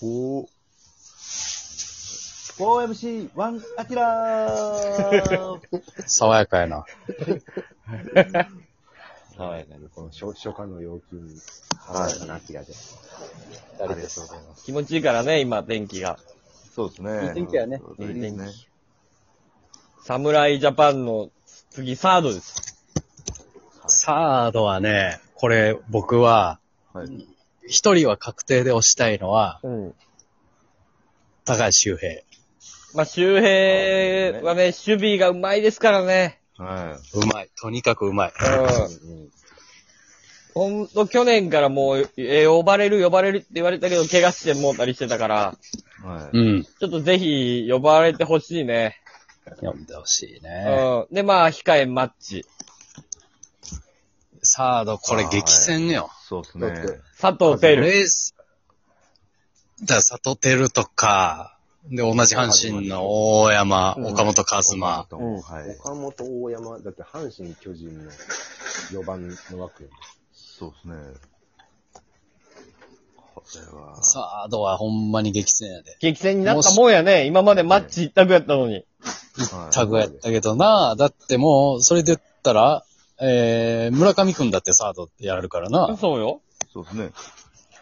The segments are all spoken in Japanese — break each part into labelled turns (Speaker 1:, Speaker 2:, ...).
Speaker 1: おお。
Speaker 2: OMC1 アキ ラー
Speaker 3: 爽やかやな。
Speaker 2: 爽やかに、この初初夏の陽気に、
Speaker 1: はい
Speaker 2: 爽やかなアキラで。
Speaker 1: ありがとうございます。
Speaker 4: 気持ちいいからね、今、天気が。
Speaker 1: そうですね。
Speaker 2: いい天気やね
Speaker 1: うんいいですね。
Speaker 4: 侍ジャパンの次、サードです。
Speaker 3: サードはね、これ僕は、
Speaker 1: はい。
Speaker 3: 一人は確定で押したいのは、
Speaker 4: うん。
Speaker 3: 高橋周平。
Speaker 4: まあ、周平はね、守備がうまいですからね。
Speaker 1: は
Speaker 3: うまい。とにかくうまい。
Speaker 4: うん。
Speaker 1: い。うん
Speaker 4: ほんと、去年からもう、えー呼ばれる、呼ばれるって言われたけど、怪我してもうたりしてたから、
Speaker 1: は
Speaker 3: う
Speaker 1: い。
Speaker 3: ん。
Speaker 4: ちょっとぜひ、呼ばれてほしいね。
Speaker 3: 読んでほしいね。
Speaker 4: うん。で、まあ、控えマッチ。
Speaker 3: サード、これ激戦よ。
Speaker 1: そうですね。
Speaker 4: 佐藤テル。
Speaker 3: レース、だ、佐藤輝とか、で、同じ阪神の大山、
Speaker 4: うん
Speaker 3: 岡本和真、
Speaker 1: 岡
Speaker 4: うん
Speaker 1: 本はい。
Speaker 2: 岡本大山、だって阪神巨人の4番の枠よ
Speaker 1: そうですね。これは。
Speaker 3: サードはほんまに激戦やで。
Speaker 4: 激戦になったもんやね。今までマッチ一択やったのに。
Speaker 1: はい
Speaker 3: タグやったけどな、だってもう、それで言ったら、えー、村上くんだってサードやるからな。
Speaker 4: そうよ。
Speaker 1: そうですね。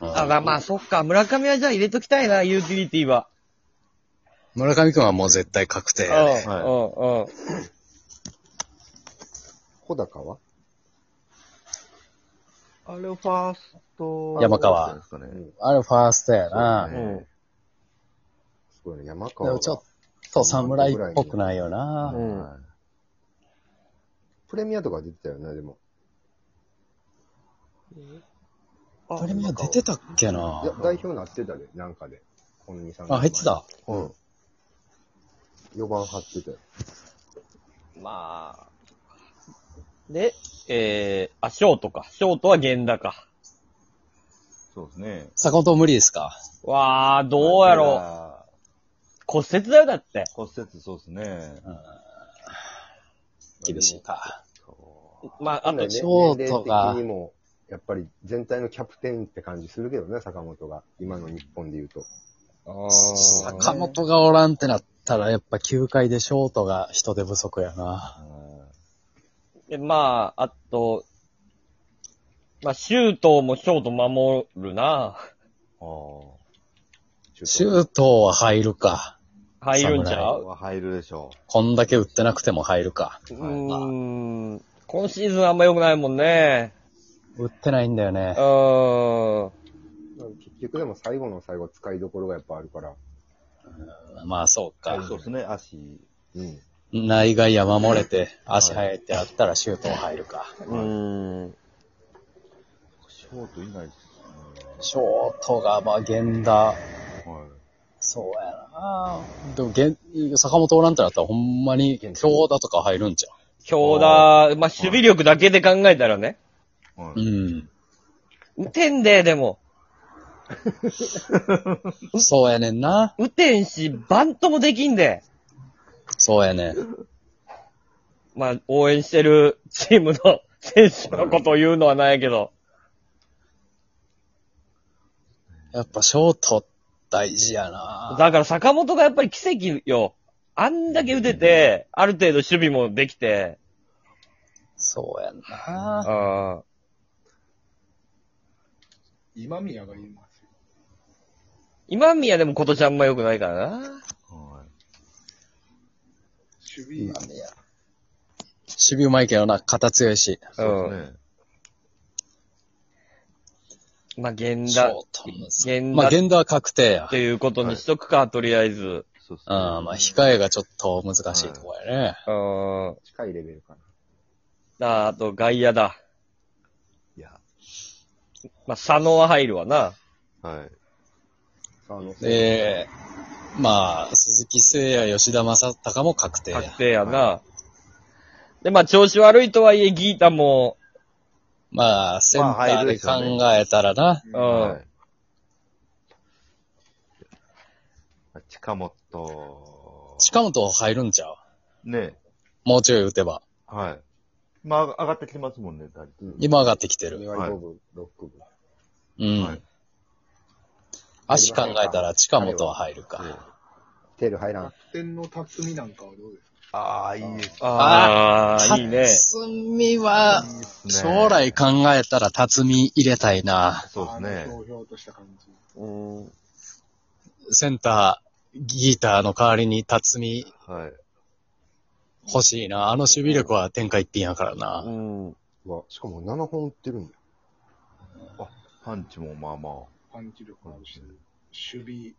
Speaker 3: うん
Speaker 4: ただまあ、そっか。村上はじゃあ入れときたいな、ユーティリティは。
Speaker 3: 村上くんはもう絶対確定やね。
Speaker 4: うん、うん、うん。
Speaker 2: 小高は
Speaker 1: あれをファースト。
Speaker 3: 山川
Speaker 1: ですかね。
Speaker 2: うん
Speaker 3: あれファーストやな。
Speaker 1: そう
Speaker 3: で
Speaker 1: ですね
Speaker 2: すごいね、山川
Speaker 3: も
Speaker 2: が。
Speaker 3: ちょっと侍っぽくないよな。
Speaker 4: うん
Speaker 1: はい
Speaker 2: プレミアとか出てたよね、でも。
Speaker 4: あ
Speaker 3: プレミア出てたっけ
Speaker 2: いや
Speaker 3: な。
Speaker 2: 代表なってたで、なんかで。この2、3
Speaker 3: あ、入ってた。
Speaker 2: うん。4番張ってたよ。
Speaker 4: まあ。で、えー、あ、ショートか。ショートは源田か。
Speaker 1: そうですね。
Speaker 3: 坂本無理ですか
Speaker 4: わあ、どうや
Speaker 1: い
Speaker 4: ろう。
Speaker 1: や
Speaker 4: 骨折だよ、だって。
Speaker 1: ー骨折、そうですね。
Speaker 3: 厳しいか。
Speaker 4: まあ、あと、
Speaker 2: ね
Speaker 3: ショートが
Speaker 2: 年齢的にも、やっぱり全体のキャプテンって感じするけどね、坂本が。今の日本で言うと。
Speaker 3: 坂本がおらんってなったら、やっぱ球界でショートが人手不足やな。
Speaker 4: でまあ、あと、まあ、シュートもショート守るな。
Speaker 1: ああ。
Speaker 3: シュートは入るか。
Speaker 4: 入るんちゃ
Speaker 1: これ
Speaker 4: う
Speaker 1: は入るでしょ
Speaker 3: こんだけ打ってなくても入るか。
Speaker 4: う
Speaker 1: 侍はい
Speaker 4: ーん。今シーズンあんま良くないもんね。
Speaker 3: 打ってないんだよ
Speaker 4: う
Speaker 3: ね。
Speaker 4: ーん。
Speaker 2: 結局でも最後の最後使いどころがやっぱあるから。
Speaker 3: まあそう
Speaker 1: う。
Speaker 3: か。
Speaker 1: そうですね、足。
Speaker 2: うん。
Speaker 3: 内外野守れて、足速いってあったらシュートは入るか。
Speaker 4: うーん。
Speaker 1: ショート以外です
Speaker 3: ショートが、まあ、源田、
Speaker 1: ね。はい。
Speaker 3: そうやなでも、源坂本おらんってなったら、ほんまに、強打とか入るんちゃ
Speaker 4: 強打、まあ、守備力だけで考えたらね。
Speaker 1: は
Speaker 3: う
Speaker 1: い。
Speaker 3: ん。
Speaker 4: 打てんで、でも。
Speaker 3: そうやねんな。
Speaker 4: 打てんし、バントもできんで。
Speaker 3: そうやねん。
Speaker 4: まあ、応援してるチームの選手のことを言うのはないけど。
Speaker 3: やっぱ、ショート、大事やな
Speaker 4: だから坂本がやっぱり奇跡よ。あんだけ打てて、ある程度守備もできて。
Speaker 3: そうやん
Speaker 4: う
Speaker 3: な。
Speaker 4: ん。
Speaker 5: 今宮がいますよ。
Speaker 4: 今宮でも今年あんま良くないからな。
Speaker 1: はい
Speaker 5: 守
Speaker 3: 今
Speaker 5: 備、
Speaker 3: 宮守備うまいけどな、肩強いし。
Speaker 1: そうですね。
Speaker 4: まあ、源
Speaker 3: シ
Speaker 4: 田
Speaker 3: ョー
Speaker 4: っ
Speaker 3: ト
Speaker 4: 源田
Speaker 3: まあ、源田は確定や。う
Speaker 4: ていうことにしとくか、とりあえず。
Speaker 1: そうです
Speaker 3: ん、まあ、控えがちょっと難しいとこやね。
Speaker 4: うん。
Speaker 2: 近いレベルかな。
Speaker 4: ああと、外野だ。
Speaker 1: いや、
Speaker 4: まあ、佐野は入るわな。
Speaker 1: はい。
Speaker 2: あの、
Speaker 3: で、まあ、鈴木誠也、吉田正尚も確定や。
Speaker 4: 確定やな。で、まあ、調子悪いとはいえ、ギータも、
Speaker 3: まあ、センターで考えたらな。
Speaker 4: う
Speaker 1: は
Speaker 4: ん。
Speaker 1: い近本。
Speaker 3: 近本入るんちゃう
Speaker 1: ね。
Speaker 3: もうちょい打てば。
Speaker 1: はい。まあ、上がってきますもんね、打率
Speaker 2: うん
Speaker 3: 今上がってきて
Speaker 2: 2
Speaker 3: る。
Speaker 2: 割5分、6分。
Speaker 3: うん。
Speaker 1: はい
Speaker 3: 足考えたら近本は入るか。
Speaker 2: テール入らん。
Speaker 5: 楽天の辰巳なんかはどうですか
Speaker 1: ああ、いいです。
Speaker 4: ああ、いいね。
Speaker 3: 辰巳は、
Speaker 1: いいっすね
Speaker 3: 将。来考えたら辰巳入れたいな。
Speaker 1: そうです
Speaker 5: あのひ
Speaker 1: ね。
Speaker 5: ょうひょうとした感じ。
Speaker 4: うん。
Speaker 3: センター、ギーターの代わりに辰巳
Speaker 1: はい。
Speaker 3: 欲しいな。あの守備力は天下一品やから
Speaker 4: う
Speaker 3: な。
Speaker 4: ん。
Speaker 2: うわしかも7本打ってるんだよ。
Speaker 1: パンチもまあま
Speaker 5: パンチ力もあるし
Speaker 1: うん、
Speaker 5: 守備、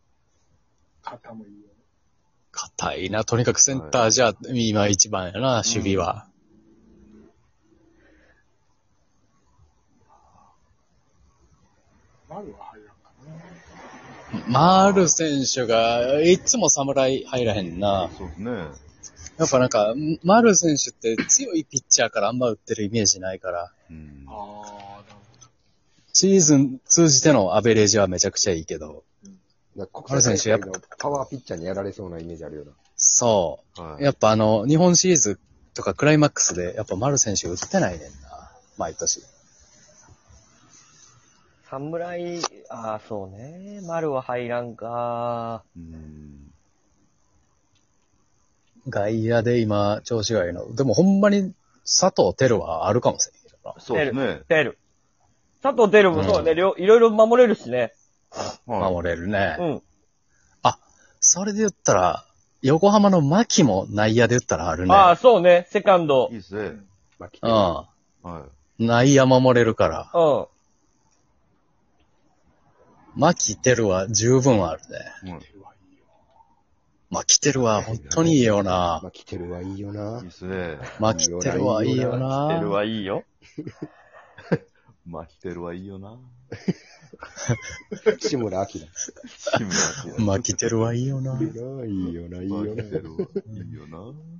Speaker 5: 肩もいいよね。
Speaker 3: 硬いな。とにかくセンターじゃ、今一番やな、守備は。
Speaker 5: 丸は入らんからね。
Speaker 3: 丸選手が、いつも侍入らへん
Speaker 1: あ
Speaker 3: な。。
Speaker 1: そうですね。
Speaker 3: やっぱなんか、丸選手って強いピッチャーからあんま打ってるイメージないから、
Speaker 1: うん。
Speaker 5: ああ、なる
Speaker 3: シーズン通じてのアベレージはめちゃくちゃいいけど、
Speaker 2: だから
Speaker 3: あの
Speaker 2: 国際
Speaker 3: 選手や
Speaker 2: 大
Speaker 3: っぱ
Speaker 2: 会のパワーピッチャーにやられそうなイメージあるような。
Speaker 3: そ
Speaker 1: は
Speaker 3: う。やっぱあの、日本シリーズとかクライマックスで、やっぱ丸選手打ってないねんな。毎年。
Speaker 4: 侍、ああ、そうね。丸は入らんか。
Speaker 1: うん。
Speaker 3: 外野で今、調子がいいの。でもほんまに佐藤輝はあるかもしれんけどな。
Speaker 1: そうですね。
Speaker 4: テル。佐藤テルもそうね、
Speaker 3: うん
Speaker 4: 両いろいろ守れるしね。
Speaker 1: はい。
Speaker 3: 守れるね。
Speaker 4: うん。
Speaker 3: それで言ったら、横浜の牧も内野で言ったらあるね。
Speaker 4: ああ、そうね。セカンド
Speaker 1: いい。ですね。
Speaker 2: まあ、来てる
Speaker 3: うん。
Speaker 1: は
Speaker 3: 内野守れるから。
Speaker 4: うん。
Speaker 3: 牧てるは十分あるね。
Speaker 1: い。はい
Speaker 5: ほど。はいいよ。
Speaker 3: 牧てるは本当にいいよな。
Speaker 2: まあ、来てるはいいよ
Speaker 1: いい
Speaker 2: な。
Speaker 1: ですね。
Speaker 3: 牧てるはいいよ
Speaker 4: テル
Speaker 3: な。
Speaker 4: はいいよ。
Speaker 1: マヒテルはいいよな。
Speaker 2: 志村明。
Speaker 1: 志村けん
Speaker 3: 牧てるはいいよな。
Speaker 2: いいよいいよな、いい
Speaker 1: マ
Speaker 2: よ
Speaker 1: ヒテ
Speaker 2: な。
Speaker 1: ルはいいよな。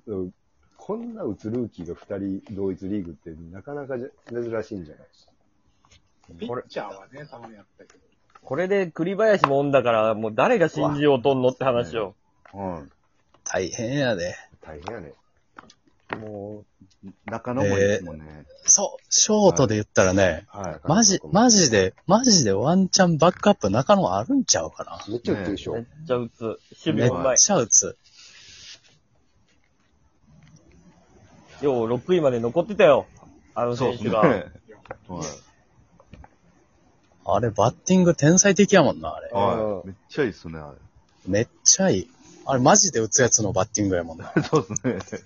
Speaker 2: そうこんな打つルーキーが2人同一リーグってなかなかじゃ珍しいんじゃない
Speaker 5: ピッチャーはね、たまにやったけど。
Speaker 4: これで栗林もおんだから、もう誰が信じようとんのって話よ。
Speaker 1: は
Speaker 3: 大変やで。
Speaker 2: 大変やね。
Speaker 4: も
Speaker 1: い。中野もいいですもんね。
Speaker 3: そう、ショートで言ったらね、
Speaker 1: はい。
Speaker 3: マジ、マジで、マジでワンチャンバックアップ中野あるんちゃうかな。
Speaker 2: めっちゃ打ってるでし
Speaker 4: う、
Speaker 2: ょ。
Speaker 4: めっちゃ打つ。守
Speaker 3: め
Speaker 4: 備
Speaker 3: っ
Speaker 4: もうまい。
Speaker 3: ちゃ打つ。
Speaker 4: よう、6位まで残ってたよ。あの
Speaker 1: そうで
Speaker 4: 選手
Speaker 1: すね。
Speaker 4: が。
Speaker 1: はい。
Speaker 3: あれ、バッティング天才的やもんな、あれ。
Speaker 1: はい。めっちゃいいっすね、あ
Speaker 3: めっちゃいい。あれ、マジで打つやつのバッティングやもんな。
Speaker 1: れ。そうですね。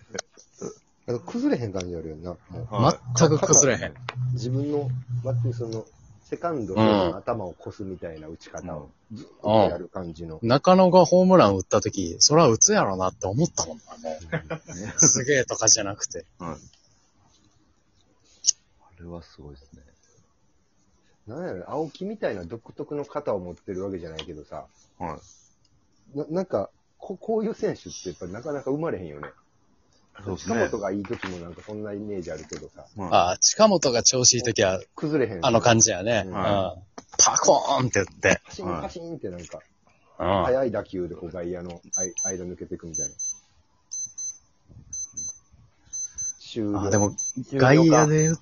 Speaker 2: なんか崩れへん感じあるよな。もう
Speaker 1: はい
Speaker 3: 全く崩れへん。
Speaker 2: 自分のバッティング、その、セカンド
Speaker 3: うん
Speaker 2: の頭を越すみたいな打ち方をずっとやる感じの。
Speaker 3: 中野がホームラン打った時、そら打つやろなって思ったもんな、も
Speaker 1: ね
Speaker 3: う。すげえとかじゃなくて。
Speaker 1: はい。あれはすごいですね。
Speaker 2: なんやろ、青木みたいな独特の肩を持ってるわけじゃないけどさ、
Speaker 1: はい。
Speaker 2: ななんかこ、こういう選手ってやっぱなかなか生まれへんよね。
Speaker 1: そうです
Speaker 2: 近
Speaker 1: ね
Speaker 2: 本。がいい時もなんかそんなイメージあるけどさ、
Speaker 1: は
Speaker 3: ああ、近本が調子いい時は、
Speaker 2: 崩れへん。
Speaker 3: あの感じやね。
Speaker 2: う
Speaker 3: うんん。パコーンって打って。
Speaker 2: パシン
Speaker 1: はい
Speaker 2: パシンってなんか、
Speaker 3: うん。
Speaker 2: 速い打球でこう外野のあい間抜けていくみたいな。シュー
Speaker 3: あ
Speaker 2: ト
Speaker 3: でも、
Speaker 4: 終
Speaker 3: 外
Speaker 4: 了か
Speaker 3: 野で言っ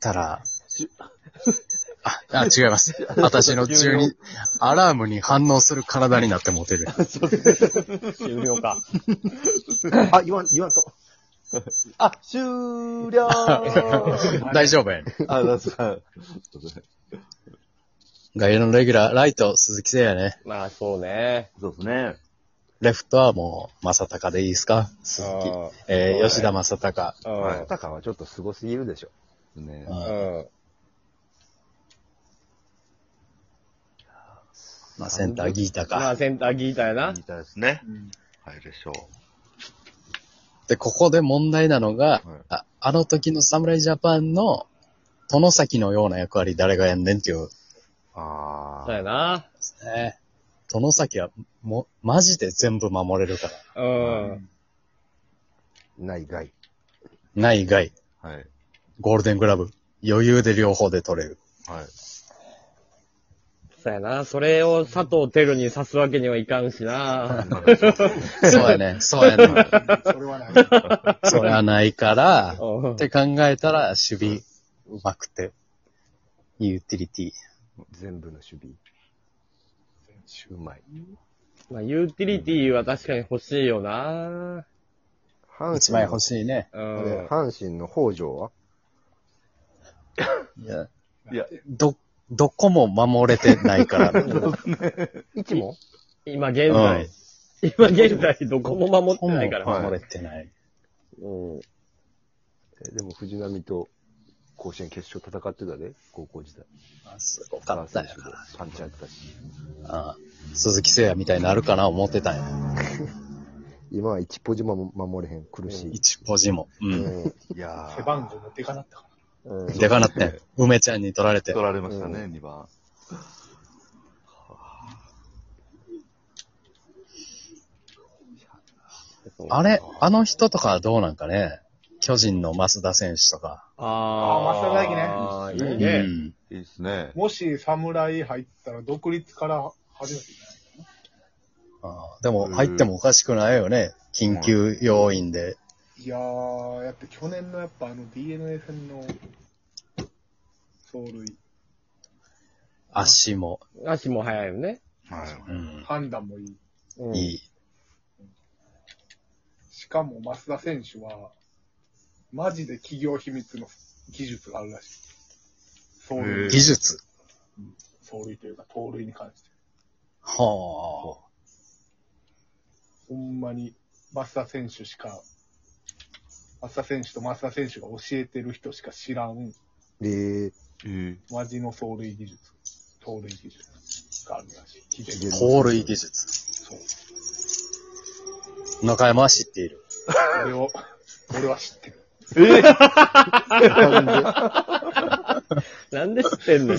Speaker 3: たら、 あ、あ違います。私の中に、アラームに反応する体になってモ テる。
Speaker 4: 終了か。
Speaker 2: あ、言わん、言わんと。
Speaker 1: あ、終了
Speaker 3: 大丈夫やね。
Speaker 1: あ、だすか。そうですね
Speaker 3: 外野のレギュラー、ライト、鈴木誠也ね。
Speaker 4: まあ、そうね。
Speaker 1: そうですね。
Speaker 3: レフトはもう、正隆でいいですか鈴木。えー吉田正隆。
Speaker 1: はい
Speaker 2: タカはちょっとすごすぎるでしょ。
Speaker 1: ね
Speaker 3: うんまあ、センターギータ
Speaker 4: ま
Speaker 3: か
Speaker 4: あ、。センターギーターやな。
Speaker 1: いたいですね。
Speaker 5: うん。
Speaker 1: 入るでしょ
Speaker 3: で、ここで問題なのが、
Speaker 1: はい
Speaker 3: ああの時の侍ジャパンの、殿崎のような役割誰がやんねんっていう、
Speaker 1: う。あ
Speaker 4: そう
Speaker 1: あ。
Speaker 4: やな。
Speaker 3: ね。殿崎は、も、マジで全部守れるから。
Speaker 4: うん。
Speaker 2: 内外。
Speaker 3: 内外、
Speaker 1: はい。
Speaker 3: ゴールデングラブ、余裕で両方で取れる。
Speaker 1: はい。
Speaker 4: そうやな。それを佐藤輝に刺すわけにはいかんしな。
Speaker 3: そうやね。そうやね。
Speaker 5: それ はない。
Speaker 3: それはないから、
Speaker 4: うん
Speaker 3: って考えたら、守備、うまくて、ユーティリティ。
Speaker 2: 全部の守備。
Speaker 3: シューマイ。
Speaker 4: まあ、ユーティリティは確かに欲しいよな
Speaker 2: 阪
Speaker 3: 一
Speaker 2: 神
Speaker 3: 枚
Speaker 2: の
Speaker 3: 欲しいね。
Speaker 4: う
Speaker 2: あれ
Speaker 4: ん。
Speaker 2: 阪神の北条はい
Speaker 3: や、
Speaker 1: いや、
Speaker 3: ど、どこも守れてない から。
Speaker 2: 一も
Speaker 4: 今現在、今現在どこも守って
Speaker 3: こも
Speaker 4: ないから。
Speaker 3: 守れてない。
Speaker 4: うん。
Speaker 2: えでも藤波と甲子園決勝戦ってたで、高校時代。
Speaker 3: あすごかったよ
Speaker 2: 高橋選手でパンチャーやってたし。
Speaker 3: な。あ鈴木誠也みたいになるかな思ってたんや。
Speaker 2: 今は一ポジも守れへん、苦しい。
Speaker 3: 一ポジも。う。
Speaker 2: うんん。
Speaker 1: いやー
Speaker 5: 背番号持っていかなったか
Speaker 2: うん
Speaker 3: でかなってん。梅ちゃんに取られて
Speaker 1: 取。られましたね、
Speaker 2: う
Speaker 1: 2番。
Speaker 3: あれあの人とかはどうなんかね巨人の増田選手とか。
Speaker 4: あ
Speaker 1: あ
Speaker 4: あ、増
Speaker 1: ー
Speaker 4: 田大輝ね。いいうね。
Speaker 3: ん。
Speaker 1: いいっすね
Speaker 5: ら。。もし侍入ったら独立から初めてじゃない
Speaker 3: あーでも入ってもおかしくないよね。緊急要員で。
Speaker 5: いやー、やって去年のやっぱあの DNA 戦の走塁、
Speaker 3: 足も。
Speaker 4: 足も速いよね。
Speaker 1: はい。
Speaker 3: うん。
Speaker 5: 判断もいい。
Speaker 4: うん
Speaker 3: いい。
Speaker 5: しかも増田選手は、マジで企業秘密の技術があるらしい。走
Speaker 1: へ
Speaker 5: 塁
Speaker 1: ー
Speaker 3: 技術。
Speaker 5: 走塁というか、盗塁に関して。
Speaker 3: は
Speaker 5: ほんまに、増田選手しか、増田選手と増田選手が教えてる人しか知らん、
Speaker 2: で、
Speaker 1: え
Speaker 5: マジの走塁技術、盗塁技術があるらしい。秘伝
Speaker 3: あ。
Speaker 5: の
Speaker 3: 盗塁技術。
Speaker 5: そう。
Speaker 3: 中山は知っている。
Speaker 5: 俺を、俺は知ってる。
Speaker 2: なんで
Speaker 4: なんで知ってんの